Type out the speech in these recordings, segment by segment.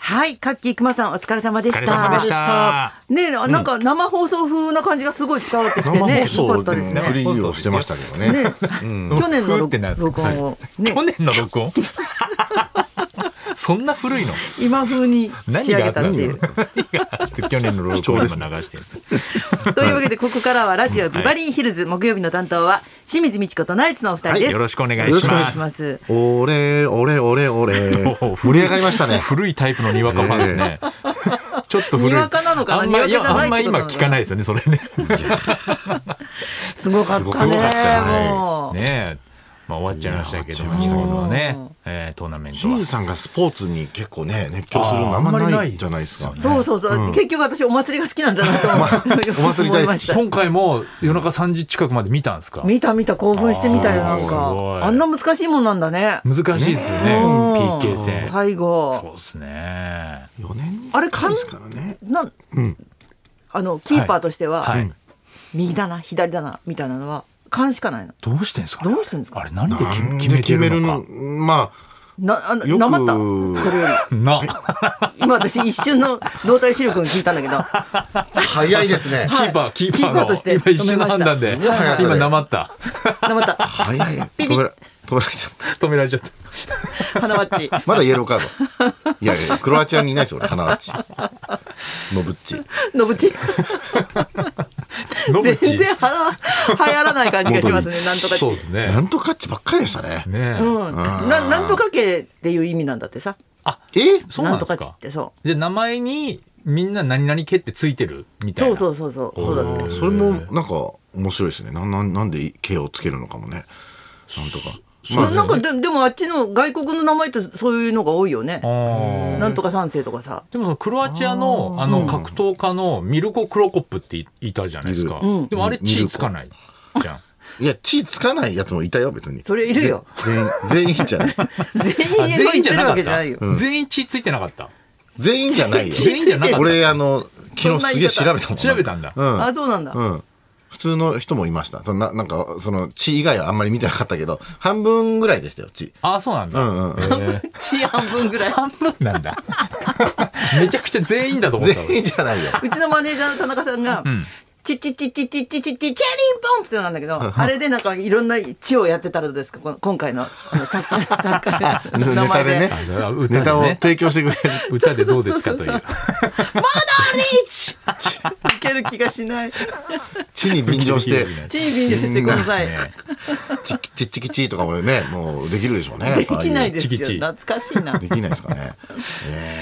はい、カッキーくまさんお疲れ様でした。お疲れ様でしたねえななんか生放送風な感じがすごい伝わってきてね、生よ放かっ送たででもすね。ねフねリーをしてましたけどね。去年の風ってなんですか録音をね去、年の録音そんな古いの今風に仕何上があげったたってんいだうよ。何があって去年の録音を今流してるんですというわけでここからはラジオビバリーヒルズ木曜日の担当は清水美智子とナイツのお二人はでい、す。よろしくお願いよろししくお願まいしす。ます。俺、俺、俺、俺。 お盛り上がりましたね。古いタイプのにわかファンですね。ちょっと古い。にわかなのかなあんまにわかじゃないあんまってことなのかな今聞かないですよね、それね。すごかったすごねかったはい。もうねえ。まあ終わっちゃいましたけど、いや昨日終わっちゃのいましたけどね、えートーナメント清は水。さんがスポーツに結構ね、熱狂するのあんあーあまんまりなないいじゃないですか。そうそうそう、結局私お祭りが好きなんだなと思いお祭り大好き思いました今回も夜中3時近くまで見たんですか見た見た興奮してみたよなあーんすごかいあんな難しいもんなんだね。難しいですよね、うん PK 戦。最そう後ですね。 4年にあれかんですからね。なん、あのキーパーとしては、はい。右だな左だなみたいなのは勘しかないの。どうしてんですかねどうしてんですかあれ何でなん決めでて決めるるののか。まなあのよくなまったそれよりな、 今私一瞬の動体視力が聞いたんだけどあ、早いですねキ。ーパー、キーキーパーパとしてーの、今一瞬の判断で、止めました今なまった。 なまった早い。止められ、止められちゃった。止められちゃった。花マッチ。まだイエローカード。いやいや、クロアチアにいないですよ、俺、花ち。ノブッチ。のぶち野全口然は流行らない感じがしますねなんとかそうですなね。んとかっちばっかりでしたね。ねえうん、ななんとか系っていう意味なんだってさあ、えそうなんんでとすかちかっ。てそうで、名前に、みんな何々家ってついてるみたいそうな。そううそうそうそうだねそれもなんか面白いですね。なんなんなんで K をつけるのかもね。なんとか。まなあなんかででもあっちの外国の名前ってそういうのが多いよねああ。なんとか三世とかさでもそのクロアチアのあの格闘家のミルコ・クロコップっていたじゃないですかいるうん。でもあれ血つかないじゃん。いや血つかないやつもいたよ別に。それいるよ全全員じ ゃない。全員エロいってるわけじゃないよあ全員じゃなかった全員血ついてなかった。全員じゃないよ。全員じゃなかった俺あの昨日すげえ調べたもん。調べたんだうあん。そうなんだ、うん。普通の人もいました。そのななんかその血以外はあんまり見てなかったけど半分ぐらいでしたよ血。ああ、そうなんだ。うんうへんー血半分ぐらい半分なんだ。めちゃくちゃ全員だと思った。全員俺じゃないよ。うちのマネージャーの田中さんが、んチッチッチッチッチッチッチッチッチャリンポンってなんだけど、あれでなんかいろんな血をやってたらどうですかこの今回のあの作家、作家の名ネタ前で。でねあだから。歌でねネタを提供してくれる。歌でどうですかとそいうそううそ。リーチいける気がしない。血に便乗して。チービーですね、この際。ねチッチッチキチーとかもね、もうできるでしょうね。できないですチキよ。チ懐かしいなで。きないですかね。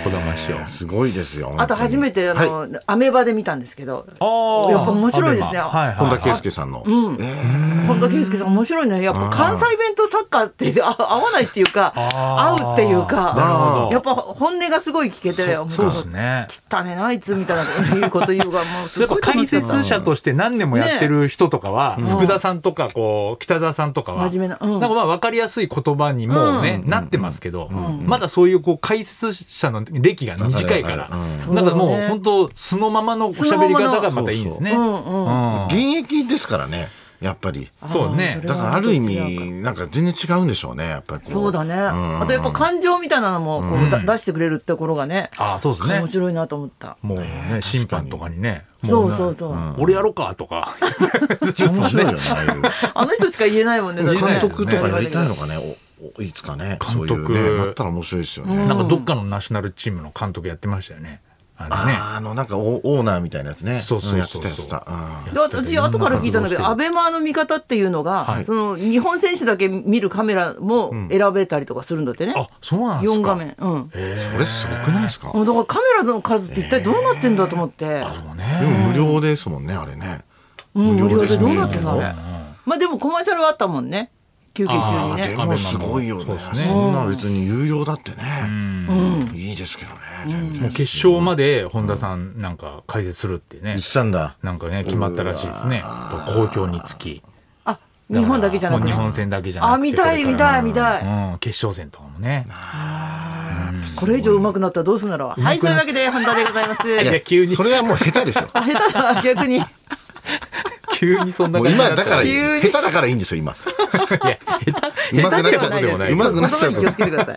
こだましを。すごいですよ。あと初めてあの、はいアメバで見たんですけど、ああ。やっぱ面白いですねアベマはいはい本はい田圭佑さんの。本田圭佑さん面白いね。やっぱ関西弁とサッカーってあ合わないっていうか、あー合うっていうなるか、ほど。やっぱ本音がすごい聞けて、面そ白うかっですたね。切ったねなあいつみたいないうこと言うがもうすやっぱごい楽解しかった説者として何年もやってる人とかは、福田さんとかこう北澤さんとかは真面目なうんんかまあ分かりやすい言葉にもうね、なってますけど、まだそういうこう解説者の歴が短いから、わかるわかるうんだかそうらもだうね本当素のままの喋り方がまたいいんですね。そのままのうんうん現役ですからね、やっぱり。そうねあーれだはからある意違うか味、なんか全然違うんでしょうね、やっぱりこ。そうだねんあとやっぱ感情みたいなのもこうだ出してくれるところがねああそうですね面。白いなと思ったもうね審判とかにね、そもうねそうそう俺やろうかとか、めっちゃ面白いよね、ああいうあの人しか言えないもんね だってね言えない監ですね督とかやりたいのかね、おおいつかね。督そういうね、なったら面白いですよね。なんかどっかのナショナルチームの監督やってましたよね。あれね。あーあの、なんかオオーナーみたいなやつね。そうそうそうそうんやってたやつだ。うんで私後から聞いたんだけどアベマの見方っていうのが、はいその日本選手だけ見るカメラも選べたりとかするんだってね、あそうなんですか。 4画面うんそれすごくないですかもうだからカメラの数って一体どうなってんだと思って、もうでね。も無料ですもんね、あれね。うん、無料でどうなってん無だあ料れですねまあでもコマーシャルはあったもんね休憩中にあねでもすごいよそうねですねそんな別に有料だってね、いいですけどね全然もう決勝まで本田さんなんか解説するってね言っ、てたんだなんかね決まったらしいですね公共につきあ日本だけじゃなくもうて日本戦だけじゃなくてあ見たいこれ見からたい見たいうん、決勝戦とかもねこれ以上上手くなったらどうするならはいそういうわけで本田でございますいや急にそれはもう下手 ですよあ下手だわ逆に急にそんなもう感じにな今っただからいい急に下手だからいいんですよ今いや下手うまくなっちゃ下手ではないですうまくなっちゃう言葉に気をつけてください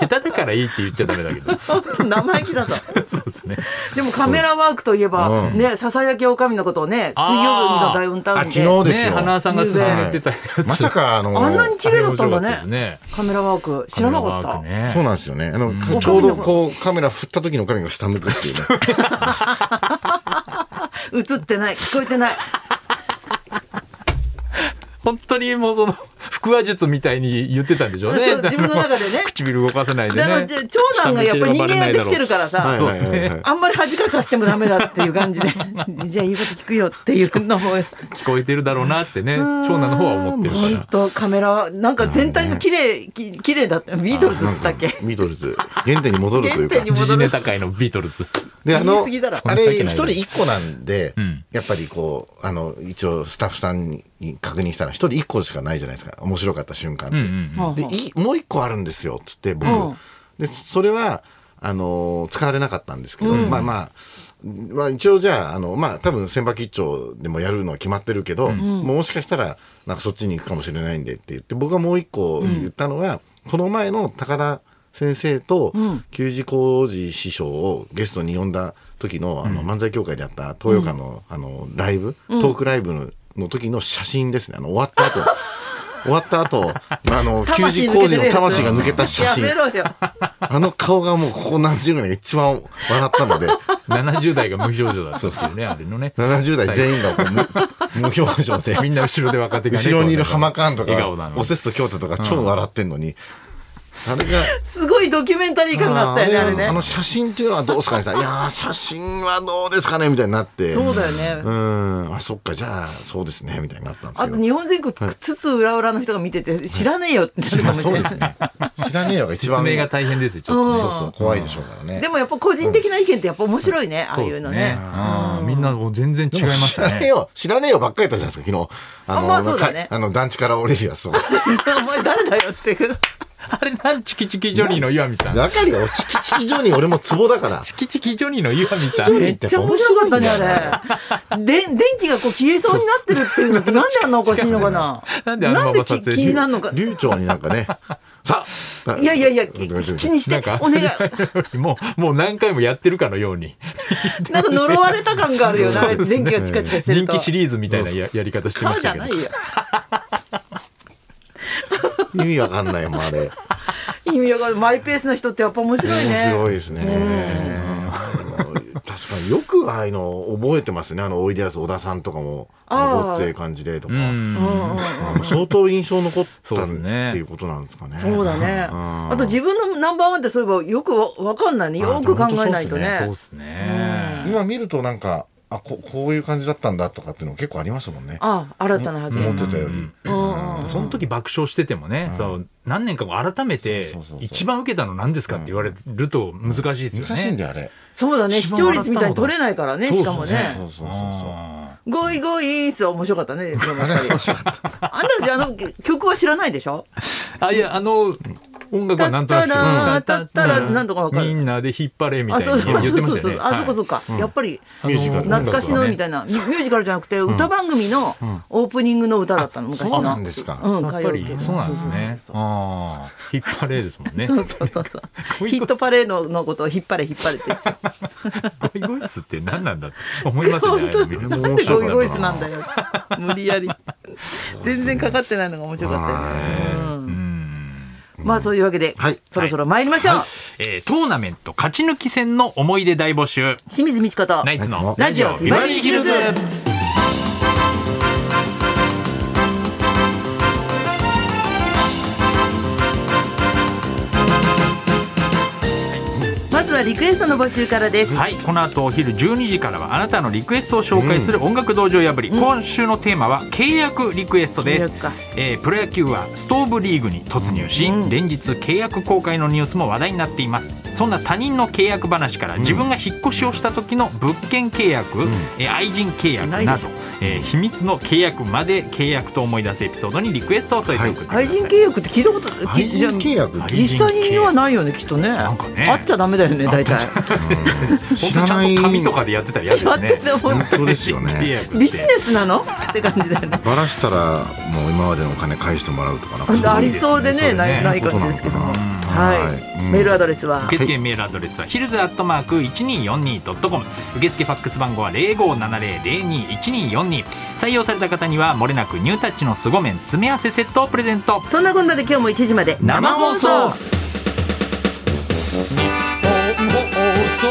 下手だからからいいって言っちゃダメだけど。生意気だと。そうですね。でもカメラワークといえば、うんね、ささやきおかみのことをね、水曜日の大運タウンで。あ昨日ね、花輪さんが勧めてたやつ。まさかあのあんなに綺麗だったんだあれ面白かったですね。ね。カメラワーク、知らなかった。そうね。なんですよね。あの、んちょうどこうカメラ振った時のおかみが下向くっていうね、 映ってない、聞こえてない。本当にもうその、腹話術みたいに言ってたんでしょうね。そう自分の中でね唇動かさないでだからね。長男がやっぱり人間ができてるからさ、はいはいはいはい。あんまり恥かかしてもダメだっていう感じで、 じゃあ言うこと聞くよっていうのも、聞こえてるだろうなってね、長男の方は思ってるか本ら。当カメラ、なんか全体が綺麗、き綺麗だった。 ビートルズって言ったっけビートルズ。原点に戻るという原点にか。時事ネタ界のビートルズ。で、あ言いの過ぎだろ、あれ、一人一個なんでん、やっぱりこう、あの、一応スタッフさんに確認したら、一人一個しかないじゃないですか。面白かった瞬間って。うんうんはあはあでいもう一個あるんですよっつって僕、うんでそれはあのー使われなかったんですけど、まあまあ、まあ、一応じゃああの、まあ、多分千葉吉兆でもやるのは決まってるけど、もしかしたらなんかそっちに行くかもしれないんでって言って僕がもう一個言ったのは、この前の高田先生と給仕工事師匠をゲストに呼んだ時のあの漫才協会でやった東洋館の,、あのライブトークライブのの時の写真ですねあの終わった後終わった 後あの給魂仕抜け工て事るのやつ魂が抜けた写真やめろよ。あの顔がもうここ何十年が一番笑っ たので70代が無表情だったんですよね、あれのね。 70代全員がこう 無無表情でみんな後ろで若手がね後ろにいる浜ンと笑顔なかのおせっそ京都とか超笑ってんのに、あれが。すごいドキュメンタリー感があったよね、あれね。あの写真っていうのはどうですかねいやー写真はどうですかねみたいになってそうだよね。うんあそっかじゃあそうですねみたいになったんですあけとど日本全国つつ裏裏の人が見てて知らねえよってなるかもしそうれでないす。ね 知らねえよが一説番明がそう大変ですよ、ちょっとね。そうそう怖いでしょうからねでもやっぱ個人的な意見ってやっぱ面白いね、ああそういでうすのねね。。 うんみんなもう全然違いまし知らたねえね。よ、知らねえよばっかりだったじゃないですか、昨日。あまあそうだねかあの、団地から降りるやつを。 お前誰だよっていう。 あれなんチキチキジョニーの岩見さん。わかるよ、チキチキジョニー俺もツボだから。チキチキジョニーの岩見さチキチキジんョニ。めっちゃ面白かったね、あれ。で、電気がこう消えそうになってるっていうのってなんであんなおかしいのかな なんであのまま撮なんで気影気になるのか。流暢になん かね。さあいやいやいや、ごめ気んなさ気にしてなんか、お願い。もう、もう何回もやってるかのように。なんか呪われた感がある よね、あれ電気がチカチカしてる人と。気シリーズみたいなややり方してまそうしじたゃけどな。いよ。意味わかんないもん、あれ。意味わかる。マイペースな人ってやっぱ面白面いね。白いですね。あの確かによくああいうの覚えてますね。あの、おいでやす小田さんとかも、あーごっつええ感じでとか。うんあの相当印象残ったそうっでてすねいうことなんですかね。そうだね。うんあと自分のナンバーワンってそういえばよくわわかんないね。よく考えないとそあうでね。すね。今見るとなんか、あ、ここういう感じだったんだとかっていうのも結構ありましたもんね。ああ、新たな発思っ見て。たより。うんうんその時爆笑しててもね、そう何年かも改めてそうそうそうそう一番受けたの何ですかって言われると難しいですよね。難しいんだよ、あれ。そうだね。視一聴番率みたいに取れないからね。そうしそうかもねそ。うそうそうそう。あゴイゴイイースは面白かった ね。その二人あんたたちあの曲は知らないでしょーあいやあの音楽はなんとなたっくたらたったらなんとかわかるみんなで引っ張れみあ、たいそうにそう言っそてまうしたそう。よね。あ、そうかそううか。やっぱりミュージカル懐かしのみたいいな。ミュージカルじゃなくて歌番組のオープニングの歌だったの、昔の。そうなんですかうん、やっ歌ぱ謡り曲そうなんですね。ああ引っ張れですもんね。そうそうそうそう。ヒットパレードのことを引っ張れ引っ張れって言ってたゴイゴイスって何なんだって思いますよね。ああいうの見るとなんでゴイゴイスなんだよ。無理やり。全然かかってないのが面白かったよね。うんまあそういうわけで、はいそろそろ参りましょう。えートーナメント勝ち抜き戦の思い出大募集。清水美智子と。ナイツのラジオビバリーヒルズまずはリクエストの募集からです。はいこの後お昼12時からはあなたのリクエストを紹介する音楽道場破り、今週のテーマは契約リクエストで契す約か、えープロ野球はストーブリーグに突入し、連日契約更改のニュースも話題になっていますそんな他人の契約話から自分が引っ越しをした時の物件契約、えー愛人契約ないなでど、えー秘密の契約まで契約と思い出すエピソードにリクエストを添えて送ってください、愛人契約って聞いたこと、愛人契約実際にはないよね、きっとね。なんかねあっちゃダメだよよね大体本当にちゃんと紙とかでやってたら嫌です やってねても本当ですよ契ね約ってビジネスなのって感じだよねバラしたらもう今までのお金返してもらうとかなんかそういうありそうでねそうないない感じですけどもはいメールアドレスは受付メールアドレスはヒルズアットマーク 1242.com 受付ファックス番号は0570021242採用された方にはもれなくニュータッチの凄麺詰め合わせセットをプレゼントそんなこんなで今日も1時まで生放送放送